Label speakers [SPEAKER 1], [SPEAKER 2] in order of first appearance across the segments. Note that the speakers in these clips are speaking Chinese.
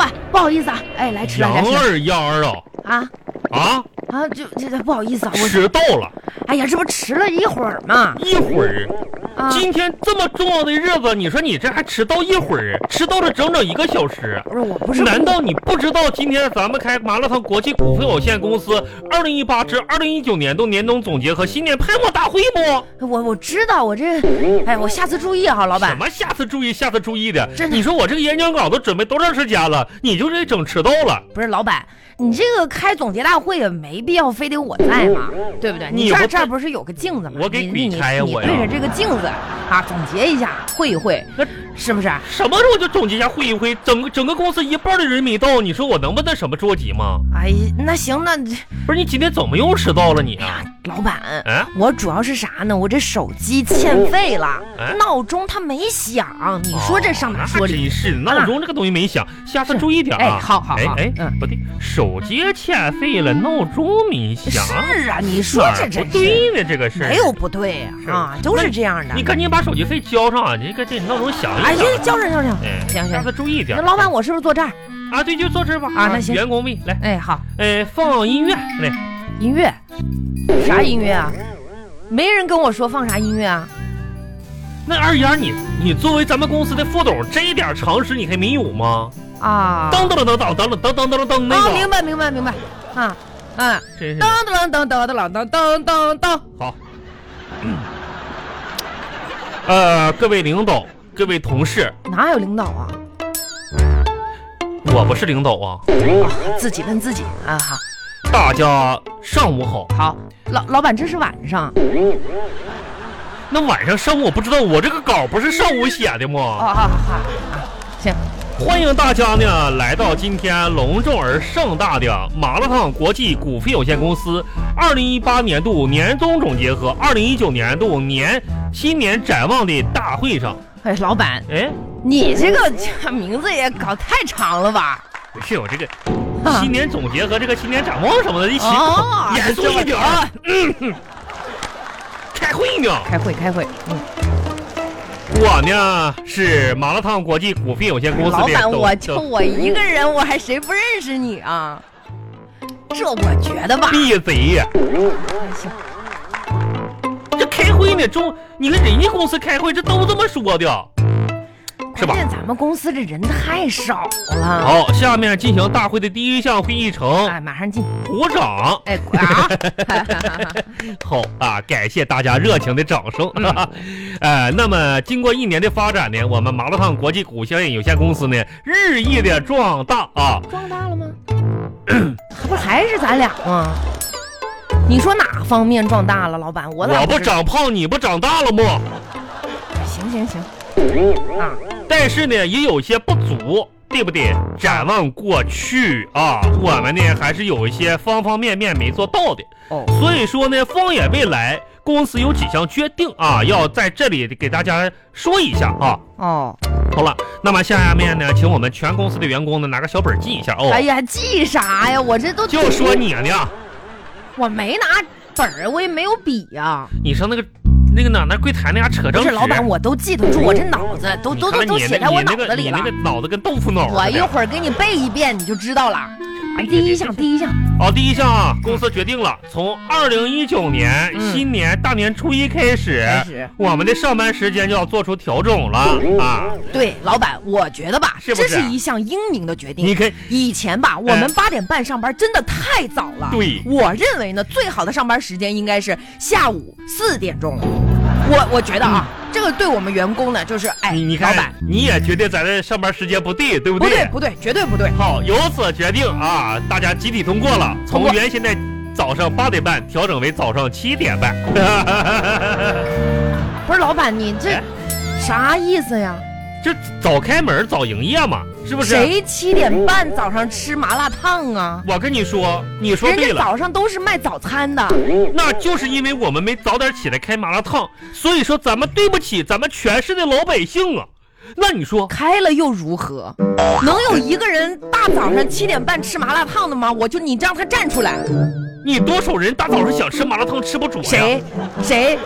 [SPEAKER 1] 哎好意思啊，哎，来吃了，
[SPEAKER 2] 羊
[SPEAKER 1] 来吃了
[SPEAKER 2] 儿羊儿啊
[SPEAKER 1] 啊
[SPEAKER 2] 啊，
[SPEAKER 1] 啊，就这这不好意思啊，我
[SPEAKER 2] 迟到了
[SPEAKER 1] 哎呀，这不迟了一会儿嘛，
[SPEAKER 2] 一会儿。
[SPEAKER 1] 啊，
[SPEAKER 2] 今天这么重要的日子，你说你这还迟到一会儿，迟到了整整一个小时。
[SPEAKER 1] 不是我不是
[SPEAKER 2] 难道你不知道今天咱们开麻辣烫国际股份有限公司二零一八至二零一九年度年终总结和新年派货大会吗？
[SPEAKER 1] 我我知道我这，哎，我下次注意哈、老
[SPEAKER 2] 什
[SPEAKER 1] 板。
[SPEAKER 2] 么下次注意，下次注意的
[SPEAKER 1] 真？的
[SPEAKER 2] 你说我这个演讲稿都准备多长时间了，你就这整迟到了？
[SPEAKER 1] 不是老板，你这个开总结大会也没必要非得我在嘛，对不对？
[SPEAKER 2] 你
[SPEAKER 1] 这
[SPEAKER 2] 不
[SPEAKER 1] 儿
[SPEAKER 2] 在
[SPEAKER 1] 这儿不是有个镜子吗？
[SPEAKER 2] 我给
[SPEAKER 1] 你
[SPEAKER 2] 鬼
[SPEAKER 1] 你
[SPEAKER 2] 差呀
[SPEAKER 1] 你
[SPEAKER 2] 我呀
[SPEAKER 1] 对着这个镜子啊，总结一下，会一会
[SPEAKER 2] 那，
[SPEAKER 1] 是不是？
[SPEAKER 2] 什么时候就总结一下会一会？整个整个公司一半的人没到，你说我能不那什么着急吗？
[SPEAKER 1] 哎，那行，那哎
[SPEAKER 2] 不是你今天怎么又迟到了你啊？
[SPEAKER 1] 老板，
[SPEAKER 2] 啊？
[SPEAKER 1] 我主要是啥呢？我这手机欠费了，
[SPEAKER 2] 哎
[SPEAKER 1] 闹钟它没响，你说这上哪说
[SPEAKER 2] 哦
[SPEAKER 1] 理？
[SPEAKER 2] 那真是闹钟这个东西没响，下次注意点啊。
[SPEAKER 1] 哎好好好
[SPEAKER 2] 哎哎，
[SPEAKER 1] 嗯
[SPEAKER 2] 不对，手机欠费了，闹钟没响，
[SPEAKER 1] 是啊，你说
[SPEAKER 2] 哪
[SPEAKER 1] 这
[SPEAKER 2] 儿不
[SPEAKER 1] 真是
[SPEAKER 2] 对呢？这个事儿
[SPEAKER 1] 没有。不对呀
[SPEAKER 2] 是
[SPEAKER 1] 啊，都是这样的
[SPEAKER 2] 你。赶紧把手机费交上啊！你这这闹钟响一
[SPEAKER 1] 哎呀
[SPEAKER 2] 响，，
[SPEAKER 1] 叫上叫上，
[SPEAKER 2] 哎，
[SPEAKER 1] 行行
[SPEAKER 2] 下次注意点
[SPEAKER 1] 那。老板，我是不是坐这儿？
[SPEAKER 2] 啊，对，就坐这儿吧。
[SPEAKER 1] 啊那行
[SPEAKER 2] 员工位来，
[SPEAKER 1] 哎，好，
[SPEAKER 2] 呃，放音乐来。
[SPEAKER 1] 音乐，啥音乐啊？没人跟我说放啥音乐啊？
[SPEAKER 2] 那二丫，你你作为咱们公司的副总，这一点常识你还没有吗？
[SPEAKER 1] 啊，
[SPEAKER 2] 噔噔噔噔噔噔噔噔噔噔嗯
[SPEAKER 1] 啊，
[SPEAKER 2] 那
[SPEAKER 1] 明
[SPEAKER 2] 个，
[SPEAKER 1] 白明白明白，啊啊，
[SPEAKER 2] 真是的
[SPEAKER 1] 噔噔噔噔噔噔噔噔噔，
[SPEAKER 2] 好，呃，各位领导，各位同事，
[SPEAKER 1] 哪有领导啊？
[SPEAKER 2] 我不是领导啊，
[SPEAKER 1] 自己问自己啊，好。
[SPEAKER 2] 大家上午好。
[SPEAKER 1] 好，老老板，这是晚上
[SPEAKER 2] 那晚上上午我不知道，我这个稿不是上午写的
[SPEAKER 1] 哦，
[SPEAKER 2] 吗？
[SPEAKER 1] 好好好，啊行，
[SPEAKER 2] 欢迎大家呢来到今天隆重而盛大的麻辣烫国际股份有限公司二零一八年度年终总结和二零一九年度年新年展望的大会上。
[SPEAKER 1] 哎，老板，
[SPEAKER 2] 哎，
[SPEAKER 1] 你这个这名字也搞太长了吧？
[SPEAKER 2] 不是我这个
[SPEAKER 1] 啊
[SPEAKER 2] 新年总结和这个新年展望什么的一起
[SPEAKER 1] 哦，
[SPEAKER 2] 严肃一点儿。
[SPEAKER 1] 啊
[SPEAKER 2] 开会呢。
[SPEAKER 1] 开会开会，嗯，
[SPEAKER 2] 我呢是麻辣烫国际股份有限公司的
[SPEAKER 1] 老板，
[SPEAKER 2] 董
[SPEAKER 1] 我就我一个人，我还谁不认识你啊？这我觉得吧，
[SPEAKER 2] 闭嘴呀！
[SPEAKER 1] 行，
[SPEAKER 2] 这开会呢，中你看人家公司开会，这都这么说的，嗯是吧
[SPEAKER 1] 关？键咱们公司这人太少了，
[SPEAKER 2] 好，下面进行大会的第一项会议程，
[SPEAKER 1] 哎，马上进，
[SPEAKER 2] 鼓掌。
[SPEAKER 1] 哎 啊，
[SPEAKER 2] 好啊，感谢大家热情的掌声。
[SPEAKER 1] 嗯
[SPEAKER 2] 呃，那么经过一年的发展呢，我们麻辣烫国际股份有限公司呢日益的壮大啊。
[SPEAKER 1] 壮大了吗？ 还不还是咱俩吗？你说哪方面壮大了，老板？我咋
[SPEAKER 2] 我不
[SPEAKER 1] 知道
[SPEAKER 2] 长胖，你不长大了吗？
[SPEAKER 1] 行行行，啊，
[SPEAKER 2] 但是呢，也有些不足，对不对？展望过去啊，我们呢还是有一些方方面面没做到的。
[SPEAKER 1] 哦，
[SPEAKER 2] 所以说呢，放眼未来，公司有几项决定啊，要在这里给大家说一下啊。
[SPEAKER 1] 哦，
[SPEAKER 2] 好了，那么下面呢，请我们全公司的员工呢拿个小本记一下哦。
[SPEAKER 1] 哎呀，记啥呀？我这都
[SPEAKER 2] 就说你呢，
[SPEAKER 1] 我没拿本儿，我也没有笔呀、
[SPEAKER 2] 你上那个那个哪那柜台那家扯
[SPEAKER 1] 不
[SPEAKER 2] 张纸。啊
[SPEAKER 1] 是，老板，我都记得住，我这脑子都
[SPEAKER 2] 你
[SPEAKER 1] 都都
[SPEAKER 2] 看
[SPEAKER 1] 都
[SPEAKER 2] 你
[SPEAKER 1] 写
[SPEAKER 2] 那
[SPEAKER 1] 在我
[SPEAKER 2] 你
[SPEAKER 1] 脑
[SPEAKER 2] 那
[SPEAKER 1] 子
[SPEAKER 2] 个
[SPEAKER 1] 里
[SPEAKER 2] 你
[SPEAKER 1] 了
[SPEAKER 2] 那。个脑子跟啊豆腐脑似的。
[SPEAKER 1] 我一会儿给你背一遍，你就知道了。啊第一项，第一项，
[SPEAKER 2] 好，第一项啊，公司决定了，从二零一九年
[SPEAKER 1] 嗯
[SPEAKER 2] 新年大年初一开始，
[SPEAKER 1] 开始嗯
[SPEAKER 2] 我们的上班时间就要做出调整了啊！
[SPEAKER 1] 对，老板，我觉得吧，
[SPEAKER 2] 是不
[SPEAKER 1] 这
[SPEAKER 2] 是啊
[SPEAKER 1] 是一项英明的决定。
[SPEAKER 2] 你看，
[SPEAKER 1] 以前吧，我们八点半上班真的太早了。
[SPEAKER 2] 对
[SPEAKER 1] 我认为呢，最好的上班时间应该是下午四点钟。我我觉得啊，这个对我们员工呢，就是哎，
[SPEAKER 2] 你你
[SPEAKER 1] 老
[SPEAKER 2] 看
[SPEAKER 1] 板，
[SPEAKER 2] 你也觉得咱这上班时间不对，对不
[SPEAKER 1] 不
[SPEAKER 2] 对？
[SPEAKER 1] 对不对，绝对不对。
[SPEAKER 2] 好，由此决定啊，大家集体通过了，
[SPEAKER 1] 通
[SPEAKER 2] 从
[SPEAKER 1] 过
[SPEAKER 2] 原先的早上八点半调整为早上七点半。
[SPEAKER 1] 不是老板，你这
[SPEAKER 2] 哎
[SPEAKER 1] 啥意思呀？
[SPEAKER 2] 这早开门早营业嘛，是啊不是？
[SPEAKER 1] 谁七点半早上吃麻辣烫啊？
[SPEAKER 2] 我跟你说，你说
[SPEAKER 1] 人
[SPEAKER 2] 对
[SPEAKER 1] 家
[SPEAKER 2] 了，
[SPEAKER 1] 早上都是卖早餐的，
[SPEAKER 2] 那就是因为我们没早点起来开麻辣烫，所以说咱们对不起咱们全市的老百姓啊。那你说，
[SPEAKER 1] 开了又如何？能有一个人大早上七点半吃麻辣烫的吗？我就你让他站出来。
[SPEAKER 2] 你多少人大早上想吃麻辣烫吃不着呀？
[SPEAKER 1] 谁？谁？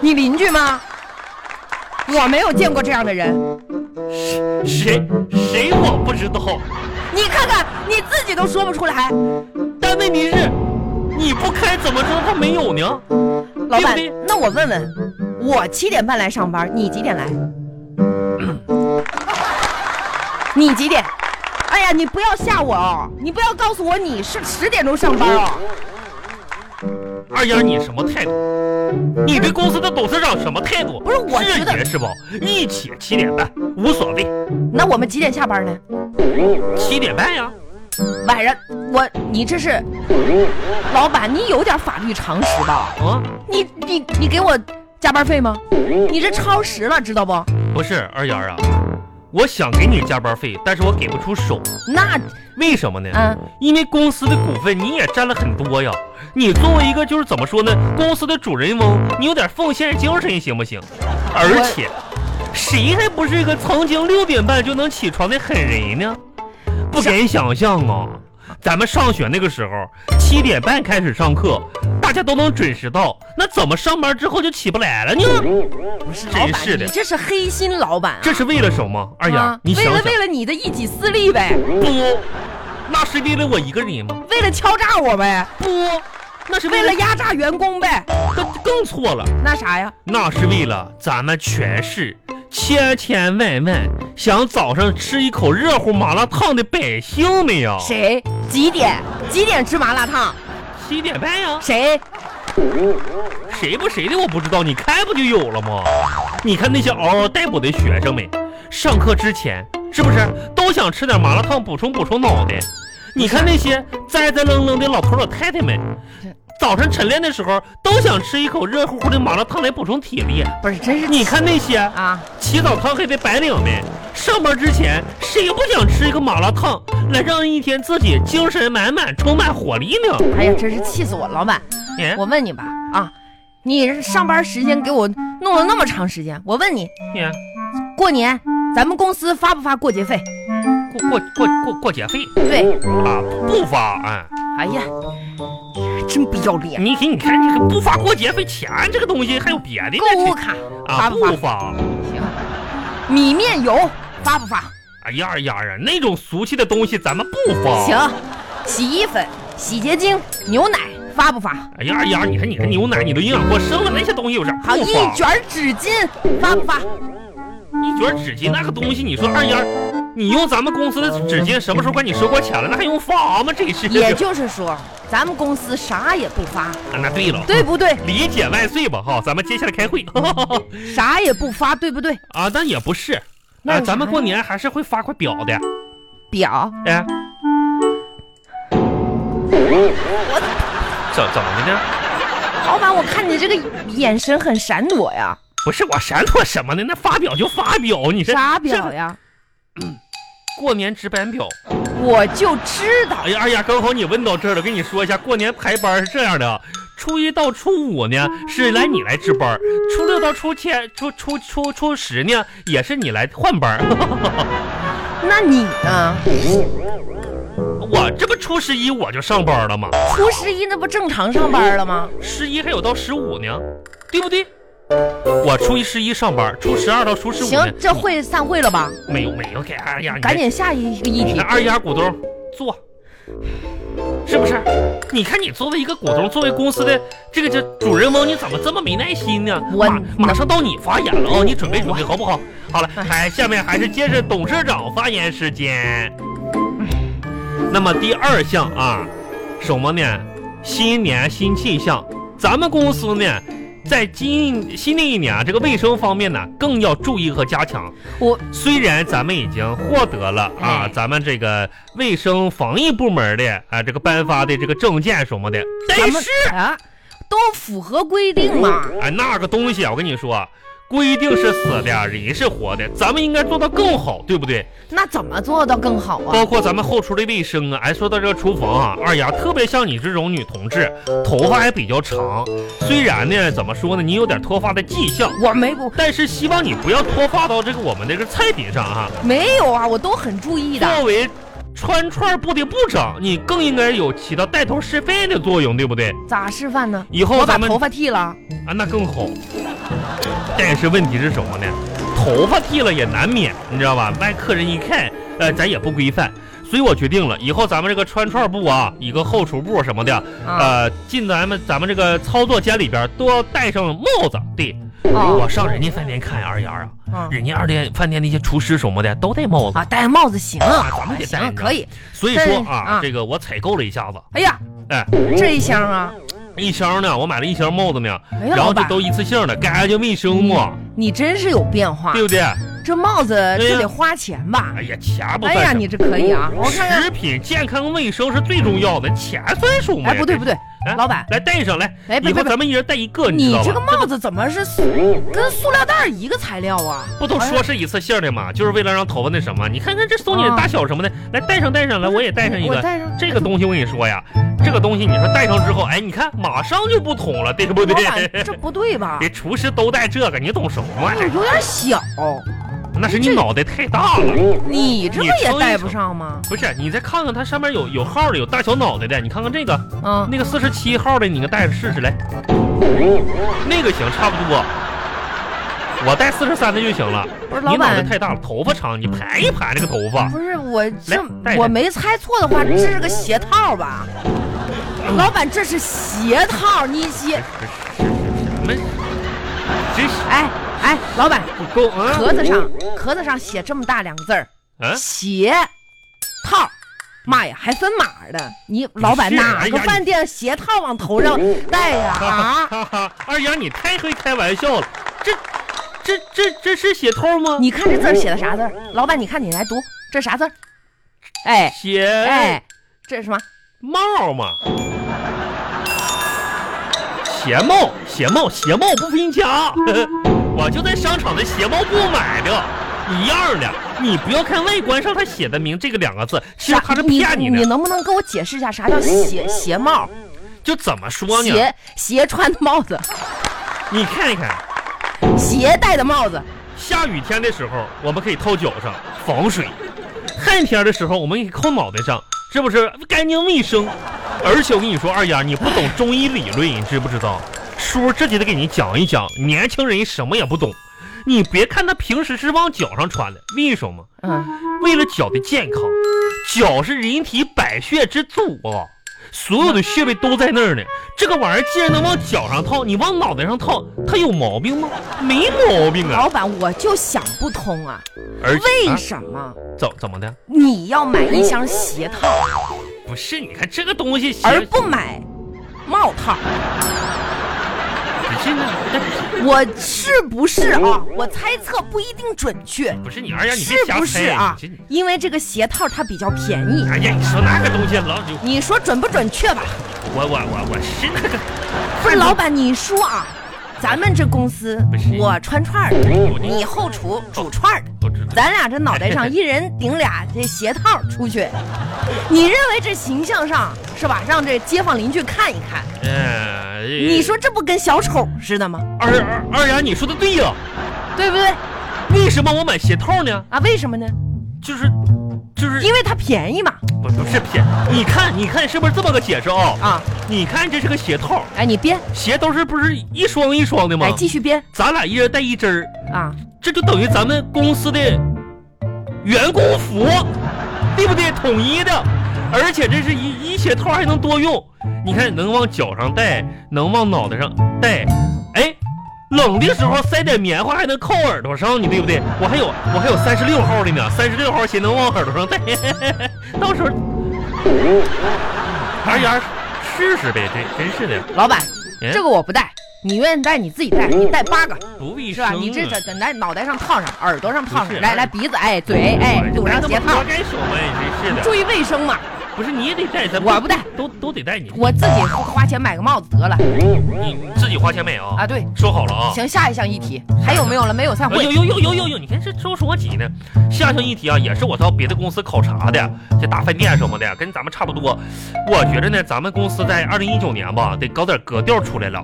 [SPEAKER 1] 你邻居吗？我没有见过这样的人。
[SPEAKER 2] 谁谁我不知道，
[SPEAKER 1] 你看看你自己都说不出来，
[SPEAKER 2] 但问题是，你不开怎么知道他没有呢？
[SPEAKER 1] 老板
[SPEAKER 2] 对不。
[SPEAKER 1] 那我问问，我七点半来上班，你几 点来？你几点？哎呀，你不要吓我哦！你不要告诉我你是十点钟上班哦！
[SPEAKER 2] 二丫，你什么态度？你对公司的董事长什么态度？
[SPEAKER 1] 不是我觉得
[SPEAKER 2] 是也是不？一起七点半无所谓，
[SPEAKER 1] 那我们几点下班呢？
[SPEAKER 2] 七点半呀。
[SPEAKER 1] 晚上我你这是，老板，你有点法律常识吧？
[SPEAKER 2] 啊，
[SPEAKER 1] 你你你给我加班费吗？你这超时了，知道不？
[SPEAKER 2] 不是二丫啊，我想给你加班费，但是我给不出手，
[SPEAKER 1] 那
[SPEAKER 2] 为什么呢？
[SPEAKER 1] 嗯，
[SPEAKER 2] 因为公司的股份你也占了很多呀。你作为一个就是怎么说呢，公司的主人翁，你有点奉献精神行不行？而且，谁还不是一个曾经六点半就能起床的狠人呢？不敢想象啊！咱们上学那个时候，七点半开始上课，大家都能准时到，那怎么上班之后就起不来了呢？
[SPEAKER 1] 不是老
[SPEAKER 2] 真
[SPEAKER 1] 板，
[SPEAKER 2] 是的
[SPEAKER 1] 你这是黑心老板啊！
[SPEAKER 2] 这是为了什么？二
[SPEAKER 1] 啊
[SPEAKER 2] 丫，你想
[SPEAKER 1] 为了
[SPEAKER 2] 想
[SPEAKER 1] 为，了你的一己私利呗，
[SPEAKER 2] 不，那是为了我一个人吗？
[SPEAKER 1] 为了敲诈我呗，
[SPEAKER 2] 不，那是
[SPEAKER 1] 为
[SPEAKER 2] 为了
[SPEAKER 1] 了压榨员工呗，
[SPEAKER 2] 更更错了。
[SPEAKER 1] 那啥呀？
[SPEAKER 2] 那是为了咱们全市千千万万想早上吃一口热乎麻辣烫的百姓们呀！
[SPEAKER 1] 谁几点几点吃麻辣烫？
[SPEAKER 2] 七点半呀？
[SPEAKER 1] 谁
[SPEAKER 2] 谁不谁的我不知道，你开不就有了吗？你看那些嗷嗷待哺的学生们，上课之前是不是都想吃点麻辣烫补充补充脑袋？你看那些栽栽愣愣的老头老太太们，早晨晨练的时候都想吃一口热乎乎的麻辣烫来补充体力。
[SPEAKER 1] 不是？真是
[SPEAKER 2] 你看那些
[SPEAKER 1] 啊！
[SPEAKER 2] 起早贪黑的白领们，上班之前谁不想吃一个麻辣烫，来让一天自己精神满满、充满活力呢？
[SPEAKER 1] 哎呀，真是气死我！老板，
[SPEAKER 2] 哎
[SPEAKER 1] 我问你吧，啊，你上班时间给我弄了那么长时间，我问你，
[SPEAKER 2] 哎
[SPEAKER 1] 过年咱们公司发不发过节费？
[SPEAKER 2] 过过过过过节费
[SPEAKER 1] 对，
[SPEAKER 2] 啊，不发啊！
[SPEAKER 1] 哎呀，真不要脸！
[SPEAKER 2] 你给你看这个不发过节费钱这个东西，还有别的
[SPEAKER 1] 购物
[SPEAKER 2] 呢？
[SPEAKER 1] 卡
[SPEAKER 2] 这
[SPEAKER 1] 发
[SPEAKER 2] 啊，
[SPEAKER 1] 不发
[SPEAKER 2] 不？发！
[SPEAKER 1] 行，米面油发不发？
[SPEAKER 2] 哎呀呀呀，那种俗气的东西咱们不发。
[SPEAKER 1] 行，洗衣粉、洗洁精、牛奶发不发？
[SPEAKER 2] 哎呀呀，你看你看牛奶，你都营养过剩了，那些东西有啥
[SPEAKER 1] 好，
[SPEAKER 2] 不
[SPEAKER 1] 一
[SPEAKER 2] 发？
[SPEAKER 1] 卷纸巾发不发？
[SPEAKER 2] 一卷纸巾那个东西，你说二丫，你用咱们公司的纸巾，什么时候管你收过钱了？那还用发吗？这是
[SPEAKER 1] 也就是说，咱们公司啥也不发，
[SPEAKER 2] 啊，那对了，
[SPEAKER 1] 对不对？
[SPEAKER 2] 理解万岁吧哈，咱们接下来开会
[SPEAKER 1] 啥也不发，对不对？
[SPEAKER 2] 啊，但也不是，
[SPEAKER 1] 那
[SPEAKER 2] 啊，
[SPEAKER 1] 有啥
[SPEAKER 2] 咱们
[SPEAKER 1] 呀
[SPEAKER 2] 过年还是会发块表的，
[SPEAKER 1] 表，
[SPEAKER 2] 哎，怎怎么的呢？
[SPEAKER 1] 老板，我看你这个眼神很闪躲呀，
[SPEAKER 2] 不是我闪躲什么呢？那发表就发表，你这
[SPEAKER 1] 啥
[SPEAKER 2] 这
[SPEAKER 1] 表
[SPEAKER 2] 个
[SPEAKER 1] 呀？
[SPEAKER 2] 过年值班表。
[SPEAKER 1] 我就知道
[SPEAKER 2] 哎呀，哎呀，刚好你问到这儿了，跟你说一下，过年排班是这样的啊，初一到初五呢是来你来值班儿，初六到初天初初初初十呢也是你来换班儿。
[SPEAKER 1] 那你呢？
[SPEAKER 2] 我这不初十一我就上班了吗？
[SPEAKER 1] 初十一那不正常上班了吗？
[SPEAKER 2] 十一还有到十五呢，对不对？我初一十一上班，初十二到初十五呢
[SPEAKER 1] 行，这会散会了吧？
[SPEAKER 2] 没有没有给二丫，你
[SPEAKER 1] 赶紧下一个议
[SPEAKER 2] 你
[SPEAKER 1] 题
[SPEAKER 2] 看。二丫股东坐，是不是？你看你作为一个股东，作为公司的这个这主人翁，你怎么这么没耐心呢？
[SPEAKER 1] 我
[SPEAKER 2] 马马上到你发言了啊、你准备准备好不好？好了，
[SPEAKER 1] 哎
[SPEAKER 2] 还下面还是接着董事长发言时间。那么第二项啊，什么呢？新年新气象，咱们公司呢，在今新的一年啊这个卫生方面呢，更要注意和加强。
[SPEAKER 1] 我
[SPEAKER 2] 虽然咱们已经获得了啊
[SPEAKER 1] 哎，
[SPEAKER 2] 咱们这个卫生防疫部门的啊这个颁发的这个证件什么的，
[SPEAKER 1] 咱
[SPEAKER 2] 但
[SPEAKER 1] 们
[SPEAKER 2] 是
[SPEAKER 1] 啊，都符合规定嘛。
[SPEAKER 2] 哎那个东西啊，我跟你说，规定是死的，人是活的，咱们应该做到更好，对不对？
[SPEAKER 1] 那怎么做到更好啊？
[SPEAKER 2] 包括咱们后厨的卫生啊，哎，说到这个厨房啊，二丫特别像你这种女同志，头发还比较长，虽然呢，怎么说呢，你有点脱发的迹象。
[SPEAKER 1] 我没不
[SPEAKER 2] 但是希望你不要脱发到这个我们这个菜品上啊，
[SPEAKER 1] 没有啊，我都很注意的。
[SPEAKER 2] 作为川串部的部长，你更应该有起到带头示范的作用，对不对？
[SPEAKER 1] 咋示范呢？
[SPEAKER 2] 以后
[SPEAKER 1] 我把
[SPEAKER 2] 咱们
[SPEAKER 1] 头发剃了，
[SPEAKER 2] 啊，那更好。但是问题是什么呢？头发剃了也难免，你知道吧？万一客人一看，呃，咱也不规范。所以我决定了，以后咱们这个穿串部啊，一个后厨部什么的，
[SPEAKER 1] 啊，
[SPEAKER 2] 呃，进咱们咱们这个操作间里边都要戴上帽子。对，
[SPEAKER 1] 哦
[SPEAKER 2] 我上人家饭店看二丫啊，
[SPEAKER 1] 嗯
[SPEAKER 2] 人家二店饭店那些厨师什么的都戴帽子，
[SPEAKER 1] 啊，戴帽子行
[SPEAKER 2] 啊咱们得戴
[SPEAKER 1] 行
[SPEAKER 2] 着
[SPEAKER 1] 可以。
[SPEAKER 2] 所以
[SPEAKER 1] 但是
[SPEAKER 2] 说啊
[SPEAKER 1] 啊，
[SPEAKER 2] 这个我采购了一下子，
[SPEAKER 1] 哎呀，
[SPEAKER 2] 哎，
[SPEAKER 1] 这一箱啊，
[SPEAKER 2] 一箱呢，我买了一箱帽子呢，
[SPEAKER 1] 哎呀，
[SPEAKER 2] 然
[SPEAKER 1] 老
[SPEAKER 2] 后这
[SPEAKER 1] 板，嗯
[SPEAKER 2] 都一次性的，干净卫生嘛，
[SPEAKER 1] 你真是有变化
[SPEAKER 2] 对，不对？
[SPEAKER 1] 这帽子
[SPEAKER 2] 对
[SPEAKER 1] 这
[SPEAKER 2] 呀
[SPEAKER 1] 得花钱吧
[SPEAKER 2] 哎？呀，钱不
[SPEAKER 1] 哎
[SPEAKER 2] 算
[SPEAKER 1] 呀，
[SPEAKER 2] 什么
[SPEAKER 1] 你这可以啊，我看看。
[SPEAKER 2] 食品健康卫生是最重要的，钱算什么呀？
[SPEAKER 1] 哎，不对不对，
[SPEAKER 2] 哎
[SPEAKER 1] 老板，
[SPEAKER 2] 来戴上来，
[SPEAKER 1] 哎，
[SPEAKER 2] 以
[SPEAKER 1] 别
[SPEAKER 2] 后
[SPEAKER 1] 别别，
[SPEAKER 2] 咱们一人戴一个，知
[SPEAKER 1] 你
[SPEAKER 2] 道吧？
[SPEAKER 1] 这个帽子怎么是塑跟塑料袋儿一个材料啊？
[SPEAKER 2] 不都说是一次性的吗？就是为了让头发那什么，你看看这松紧大小什么的，来戴上戴上，来我也戴上一
[SPEAKER 1] 嗯我
[SPEAKER 2] 个。
[SPEAKER 1] 戴上
[SPEAKER 2] 这个东西我跟你说呀，这个东西你说戴上之后，哎，你看马上就不捅了，对不
[SPEAKER 1] 老
[SPEAKER 2] 对？
[SPEAKER 1] 板这不对 吧？
[SPEAKER 2] 这厨师都戴这个，你懂什么玩意
[SPEAKER 1] 哎
[SPEAKER 2] 儿？
[SPEAKER 1] 有点小，
[SPEAKER 2] 那是你
[SPEAKER 1] 这
[SPEAKER 2] 脑袋太大了。
[SPEAKER 1] 你这不
[SPEAKER 2] 你
[SPEAKER 1] 也
[SPEAKER 2] 撑一
[SPEAKER 1] 戴不
[SPEAKER 2] 撑
[SPEAKER 1] 上吗？
[SPEAKER 2] 不是，你再看看它上面有有号的，有大小脑袋的，你看看这个
[SPEAKER 1] 嗯，
[SPEAKER 2] 那个四十七号的，你给戴着试试来。那个行，差不多。我戴四十三的就行了。
[SPEAKER 1] 不是
[SPEAKER 2] 你
[SPEAKER 1] 老
[SPEAKER 2] 脑袋
[SPEAKER 1] 板，
[SPEAKER 2] 太大了，头发长，你盘一盘这个头发。
[SPEAKER 1] 不是我这
[SPEAKER 2] 戴
[SPEAKER 1] 我
[SPEAKER 2] 着
[SPEAKER 1] 没猜错的话，这是个鞋套吧？老板，这是鞋套，你鞋
[SPEAKER 2] 什么？这是
[SPEAKER 1] 哎哎，老板，
[SPEAKER 2] 不够啊？
[SPEAKER 1] 壳子上壳子上写这么大两个字儿，
[SPEAKER 2] 啊？
[SPEAKER 1] 鞋套。妈呀，还分码的！你老板
[SPEAKER 2] 是
[SPEAKER 1] 哪
[SPEAKER 2] 哎
[SPEAKER 1] 个
[SPEAKER 2] 呀
[SPEAKER 1] 饭店鞋套往头上戴呀？啊，
[SPEAKER 2] 哈哈，二丫，你太会开玩笑了。这、这、这、这是血透吗？
[SPEAKER 1] 你看这字儿写的啥字儿？老板，你看你来读，这啥字儿？哎
[SPEAKER 2] 血
[SPEAKER 1] 哎，这是什么？
[SPEAKER 2] 帽嘛？鞋帽，鞋帽，鞋帽不分家。 我就在商场的鞋帽部买的，一样的。你不要看外观上它写的明这个两个字，其实
[SPEAKER 1] 啥
[SPEAKER 2] 它是骗
[SPEAKER 1] 你
[SPEAKER 2] 的。
[SPEAKER 1] 能不能给我解释一下啥叫鞋鞋帽？
[SPEAKER 2] 就怎么说呢？
[SPEAKER 1] 鞋鞋穿的帽子，
[SPEAKER 2] 你看一看，
[SPEAKER 1] 鞋戴的帽子，
[SPEAKER 2] 下雨天的时候我们可以套脚上防水，旱天的时候我们可以扣脑袋上，是不是干净卫生？而且我跟你说，二丫，你不懂中医理论，你知不知道？叔这就得给你讲一讲，年轻人什么也不懂。你别看他平时是往脚上穿的，为什么？
[SPEAKER 1] 嗯，
[SPEAKER 2] 为了脚的健康，脚是人体百穴之祖啊，所有的穴位都在那儿呢。这个玩意儿既然能往脚上套，你往脑袋上套，它有毛病吗？没毛病啊。
[SPEAKER 1] 老板，我就想不通啊，
[SPEAKER 2] 而且
[SPEAKER 1] 哦为
[SPEAKER 2] 啊
[SPEAKER 1] 什么
[SPEAKER 2] 怎怎么的？
[SPEAKER 1] 你要买一箱鞋套，
[SPEAKER 2] 不是，你看这个东西，
[SPEAKER 1] 而不买帽套？
[SPEAKER 2] 不是呢？那
[SPEAKER 1] 我是不是啊？我猜测不一定准确，
[SPEAKER 2] 不是你二丫，你
[SPEAKER 1] 是
[SPEAKER 2] 别瞎猜。
[SPEAKER 1] 不是啊
[SPEAKER 2] 你这？
[SPEAKER 1] 因为这个鞋套它比较便宜，
[SPEAKER 2] 哎呀，你说那个东西老就
[SPEAKER 1] 你说准不准确吧？
[SPEAKER 2] 我我我我是那个，
[SPEAKER 1] 不是老板，你说啊，咱们这公司
[SPEAKER 2] 哎不是
[SPEAKER 1] 我穿串儿的，
[SPEAKER 2] 我这
[SPEAKER 1] 你后厨煮串儿的，
[SPEAKER 2] 我知道。
[SPEAKER 1] 咱俩这脑袋上一人顶俩这鞋套出 去，你认为这形象上是吧？让这街坊邻居看一看，
[SPEAKER 2] 嗯，
[SPEAKER 1] 你说这不跟小丑似的吗？
[SPEAKER 2] 二二二丫，你说的对呀、
[SPEAKER 1] 对不对
[SPEAKER 2] 为什么我买鞋套呢？
[SPEAKER 1] 啊？为什么呢？
[SPEAKER 2] 就是就是
[SPEAKER 1] 因为它便宜嘛
[SPEAKER 2] 不不是骗，你看你看是不是这么个解释啊？
[SPEAKER 1] 啊！
[SPEAKER 2] 你看这是个鞋套，
[SPEAKER 1] 哎，你编，
[SPEAKER 2] 鞋都是不是一双一双的吗
[SPEAKER 1] 来？继续编
[SPEAKER 2] 咱俩一人带一针儿，
[SPEAKER 1] 啊！
[SPEAKER 2] 这就等于咱们公司的员工服，对不对？统一的，而且这是一一鞋套还能多用。你看，能往脚上戴，能往脑袋上戴，哎，冷的时候塞点棉花还能扣耳朵上，你对不对？我还有我还有三十六号的呢，三十六号鞋能往耳朵上戴， 到时候，哎呀，试试呗，这真是的，
[SPEAKER 1] 老板，
[SPEAKER 2] 嗯
[SPEAKER 1] 这个我不戴，你愿意戴你自己戴，你戴八个
[SPEAKER 2] 不卫
[SPEAKER 1] 是
[SPEAKER 2] 哦生、
[SPEAKER 1] 吧？。
[SPEAKER 2] 啊
[SPEAKER 1] 你这这这来脑袋上套上，耳朵上套上，
[SPEAKER 2] 不是哦
[SPEAKER 1] 来来鼻子哎嘴哎堵上鞋套，
[SPEAKER 2] 该什么呀？真是的。
[SPEAKER 1] 注意卫生嘛！
[SPEAKER 2] 不是你也得带，咱
[SPEAKER 1] 我不带，
[SPEAKER 2] 都都得带你。
[SPEAKER 1] 我自己花钱买个帽子得了
[SPEAKER 2] 你你自己花钱买啊？
[SPEAKER 1] 啊！对，
[SPEAKER 2] 说好了啊。
[SPEAKER 1] 行，下一项议题还有没有了？没有散
[SPEAKER 2] 啊
[SPEAKER 1] 会
[SPEAKER 2] 有。有有有有有，你看这周是我几呢？下项议题啊，也是我到别的公司考察的，这大饭店什么的，跟咱们差不多。我觉着呢，咱们公司在二零一九年吧，得搞点格调出来了。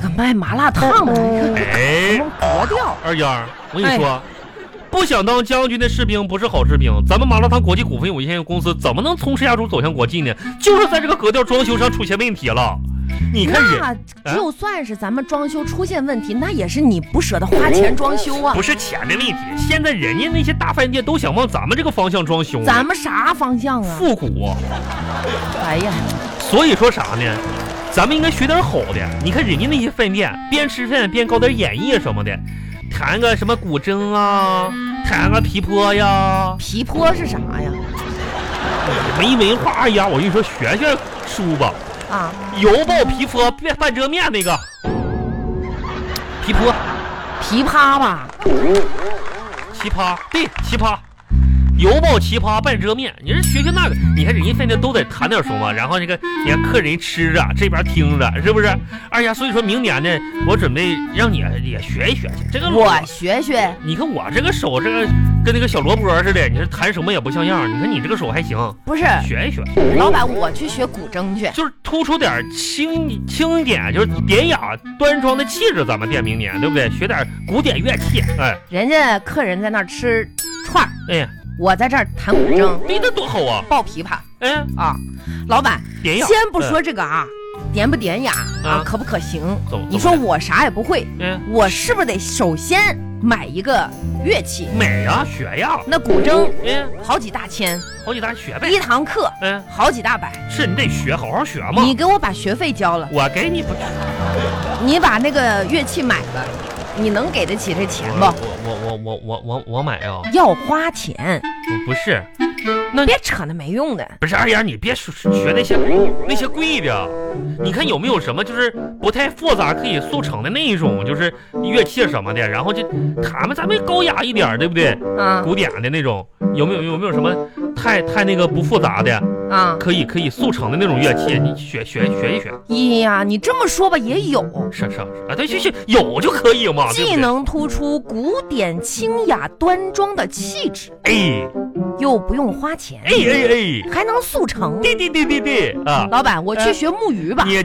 [SPEAKER 1] 可卖麻辣烫的，你
[SPEAKER 2] 哎，
[SPEAKER 1] 看格调。哎
[SPEAKER 2] 二丫，我跟你说，不想当将军的士兵不是好士兵。咱们麻辣烫国际股份有限公司怎么能从赤下竹走向国际呢？就是在这个格调装修上出现问题了。你看人嗯
[SPEAKER 1] 那就算是咱们装修出现问题，那也是你不舍得花钱装修啊
[SPEAKER 2] 不。是钱的问题，现在人家那些大饭店都想往咱们这个方向装修呢，
[SPEAKER 1] 咱们啥方向啊？
[SPEAKER 2] 复古啊。
[SPEAKER 1] 哎呀，
[SPEAKER 2] 所以说啥呢？咱们应该学点好的。你看人家那些饭店，边吃饭边搞点演绎什么的，弹个什么古筝啊，弹个琵琶呀，
[SPEAKER 1] 皮坡是啥呀？
[SPEAKER 2] 没文化呀。我跟你说，学学书吧，
[SPEAKER 1] 啊，
[SPEAKER 2] 油爆皮泼拌半遮面那个皮泼
[SPEAKER 1] 琵琶吧？
[SPEAKER 2] 奇葩，对奇葩。油爆奇葩半遮面，你是学学那个？你看人家饭店都得谈点什么，然后这个你看客人吃着，这边听着，是不是？哎呀，所以说明年呢，我准备让你呃也学一学去。这个
[SPEAKER 1] 我学学，
[SPEAKER 2] 你看我这个手，这个跟那个小萝卜似的，你说弹什么也不像样。你看你这个手还行，
[SPEAKER 1] 不是
[SPEAKER 2] 学一学，
[SPEAKER 1] 老板，我去学古筝去。
[SPEAKER 2] 就是突出点清清一点，就是典雅端庄的气质。咱们店明年对不对？学点古典乐器，哎
[SPEAKER 1] 人家客人在那儿吃串儿，
[SPEAKER 2] 哎呀，
[SPEAKER 1] 我在这儿弹古筝、
[SPEAKER 2] 对，那多好啊！
[SPEAKER 1] 抱琵琶
[SPEAKER 2] 哎，嗯
[SPEAKER 1] 啊。老板，
[SPEAKER 2] 典雅。
[SPEAKER 1] 先不说这个啊，典不典雅啊
[SPEAKER 2] 啊，
[SPEAKER 1] 可不可行
[SPEAKER 2] 怎么？
[SPEAKER 1] 你说我啥也不会，
[SPEAKER 2] 嗯，
[SPEAKER 1] 我是不是得首先买一个乐器？
[SPEAKER 2] 美呀，学呀，
[SPEAKER 1] 那古筝
[SPEAKER 2] 哎，
[SPEAKER 1] 好几大千，
[SPEAKER 2] 好几大学呗
[SPEAKER 1] 一。堂课
[SPEAKER 2] 嗯，
[SPEAKER 1] 好几大百。
[SPEAKER 2] 是你得学，好好学嘛。
[SPEAKER 1] 你给我把学费交了，
[SPEAKER 2] 我给你不
[SPEAKER 1] 你把那个乐器买了，你能给得起这钱不？
[SPEAKER 2] 我我我我我我我买啊？
[SPEAKER 1] 要花钱，
[SPEAKER 2] 不不是，嗯
[SPEAKER 1] 别扯那没用的。
[SPEAKER 2] 不是二丫，你别学学那些那些贵的，你看有没有什么就是不太复杂可以速成的那一种，就是乐器什么的，然后就他们咱们高雅一点儿，对不对？
[SPEAKER 1] 啊
[SPEAKER 2] 古典的那种，有没有有没有什么太太那个不复杂的，
[SPEAKER 1] 啊！
[SPEAKER 2] 可以可以速成的那种乐器，你学学学一学，
[SPEAKER 1] 哎呀，你这么说吧，也有
[SPEAKER 2] 是是是啊，对，就就有就可以嘛，对
[SPEAKER 1] 既
[SPEAKER 2] 不对？
[SPEAKER 1] 能突出古典清雅端庄的气质，
[SPEAKER 2] 哎
[SPEAKER 1] 又不用花钱，
[SPEAKER 2] 哎哎哎，
[SPEAKER 1] 还能速成。
[SPEAKER 2] 对对对对对啊，
[SPEAKER 1] 老板，我去
[SPEAKER 2] 呃
[SPEAKER 1] 学木鱼吧，
[SPEAKER 2] 你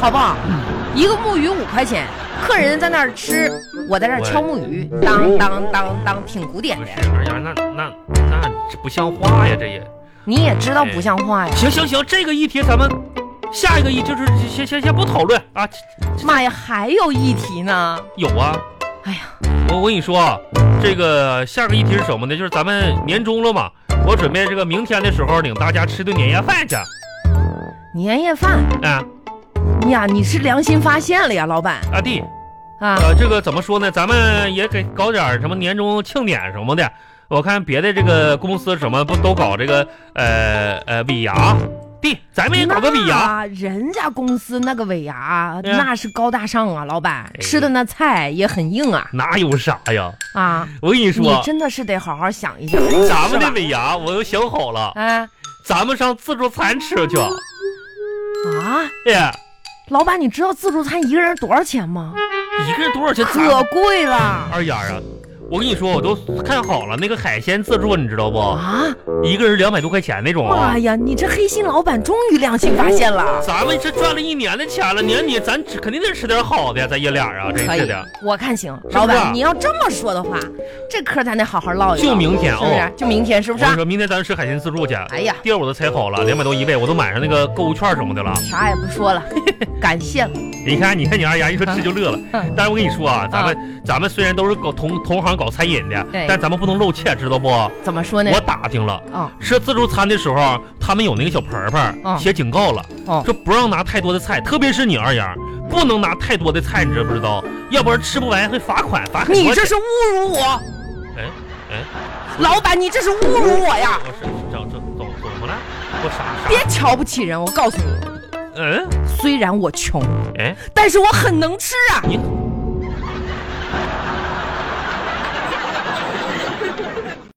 [SPEAKER 1] 好不好？
[SPEAKER 2] 嗯
[SPEAKER 1] 一个木鱼五块钱，客人在那儿吃，我在那儿敲木鱼，
[SPEAKER 2] 哦
[SPEAKER 1] 当当当当，挺古典
[SPEAKER 2] 不
[SPEAKER 1] 的。
[SPEAKER 2] 是二丫，那那那这不像话呀，这也。
[SPEAKER 1] 你也知道
[SPEAKER 2] 哎
[SPEAKER 1] 不像话呀，
[SPEAKER 2] 行行行，这个议题咱们下一个议就是先先先不讨论啊，这
[SPEAKER 1] 妈呀，还有一题呢。
[SPEAKER 2] 有啊，
[SPEAKER 1] 哎呀，
[SPEAKER 2] 我我跟你说啊，这个下个议题是什么呢？就是咱们年终了嘛，我准备这个明天的时候领大家吃顿年夜饭去
[SPEAKER 1] 年夜饭
[SPEAKER 2] 啊
[SPEAKER 1] 呀，你是良心发现了呀，老板
[SPEAKER 2] 啊弟，
[SPEAKER 1] 啊，
[SPEAKER 2] 呃，这个怎么说呢？咱们也给搞点儿什么年终庆典什么的。我看别的这个公司什么不都搞这个呃呃尾牙，弟，咱们也搞个啊尾牙。
[SPEAKER 1] 那人家公司那个尾牙
[SPEAKER 2] 嗯
[SPEAKER 1] 那是高大上啊，老板
[SPEAKER 2] 哎
[SPEAKER 1] 吃的那菜也很硬啊
[SPEAKER 2] 哪有啥呀？
[SPEAKER 1] 啊！
[SPEAKER 2] 我跟你
[SPEAKER 1] 你
[SPEAKER 2] 说，
[SPEAKER 1] 真的是得好好想一想，
[SPEAKER 2] 咱们
[SPEAKER 1] 是
[SPEAKER 2] 的
[SPEAKER 1] 吧
[SPEAKER 2] 尾牙我都想好了，
[SPEAKER 1] 哎
[SPEAKER 2] 咱们上自助餐吃去。
[SPEAKER 1] 啊，
[SPEAKER 2] 哎，
[SPEAKER 1] 老板，你知道自助餐一个人多少钱吗？
[SPEAKER 2] 一个人多少钱？
[SPEAKER 1] 可贵了
[SPEAKER 2] 二丫啊，我跟你说，我都看好了那个海鲜自助，你知道不？
[SPEAKER 1] 啊！
[SPEAKER 2] 一个人两百多块钱那种啊
[SPEAKER 1] 妈。呀，你这黑心老板终于良心发现了。
[SPEAKER 2] 咱们这赚了一年的钱了，年底咱吃肯定得吃点好的，咱爷俩啊，真
[SPEAKER 1] 可
[SPEAKER 2] 是
[SPEAKER 1] 以
[SPEAKER 2] 的。，
[SPEAKER 1] 我看行。
[SPEAKER 2] 是啊
[SPEAKER 1] 老
[SPEAKER 2] 不是
[SPEAKER 1] 板，你要这么说的话，这嗑咱得好好唠一唠。
[SPEAKER 2] 就明天
[SPEAKER 1] 是不
[SPEAKER 2] 哦
[SPEAKER 1] 是？就明天是
[SPEAKER 2] 我
[SPEAKER 1] 不是
[SPEAKER 2] 跟
[SPEAKER 1] 啊
[SPEAKER 2] 你？说，明天咱吃海鲜自助去。
[SPEAKER 1] 哎呀，
[SPEAKER 2] 地儿我都踩好了，两百多一位，我都买上那个购物券什么的了。
[SPEAKER 1] 啥也不说了，感谢了。
[SPEAKER 2] 你看，你看你二丫一说吃就乐了。
[SPEAKER 1] 嗯
[SPEAKER 2] 但是我跟你说啊，咱们咱们虽然都是搞同同行搞餐饮的
[SPEAKER 1] 对，
[SPEAKER 2] 但咱们不能露怯，知道不？
[SPEAKER 1] 怎么说呢？
[SPEAKER 2] 我打听了。
[SPEAKER 1] 哦
[SPEAKER 2] 吃自助餐的时候，他们有那个小盆
[SPEAKER 1] 嗯
[SPEAKER 2] 盆写警告了，
[SPEAKER 1] 哦
[SPEAKER 2] 说不让拿太多的菜，特别是你二丫，
[SPEAKER 1] 嗯
[SPEAKER 2] 不能拿太多的菜，你知不知道？要不然吃不完会罚款，罚很
[SPEAKER 1] 你
[SPEAKER 2] 多
[SPEAKER 1] 这
[SPEAKER 2] 钱。
[SPEAKER 1] 是侮辱我，
[SPEAKER 2] 哎哎，
[SPEAKER 1] 老板，你这是侮辱我呀！
[SPEAKER 2] 我是这这怎怎么了？我啥
[SPEAKER 1] 别
[SPEAKER 2] 啥？
[SPEAKER 1] 瞧不起人，我告诉你，
[SPEAKER 2] 嗯
[SPEAKER 1] 虽然我穷，
[SPEAKER 2] 哎，
[SPEAKER 1] 但是我很能吃啊！
[SPEAKER 2] 你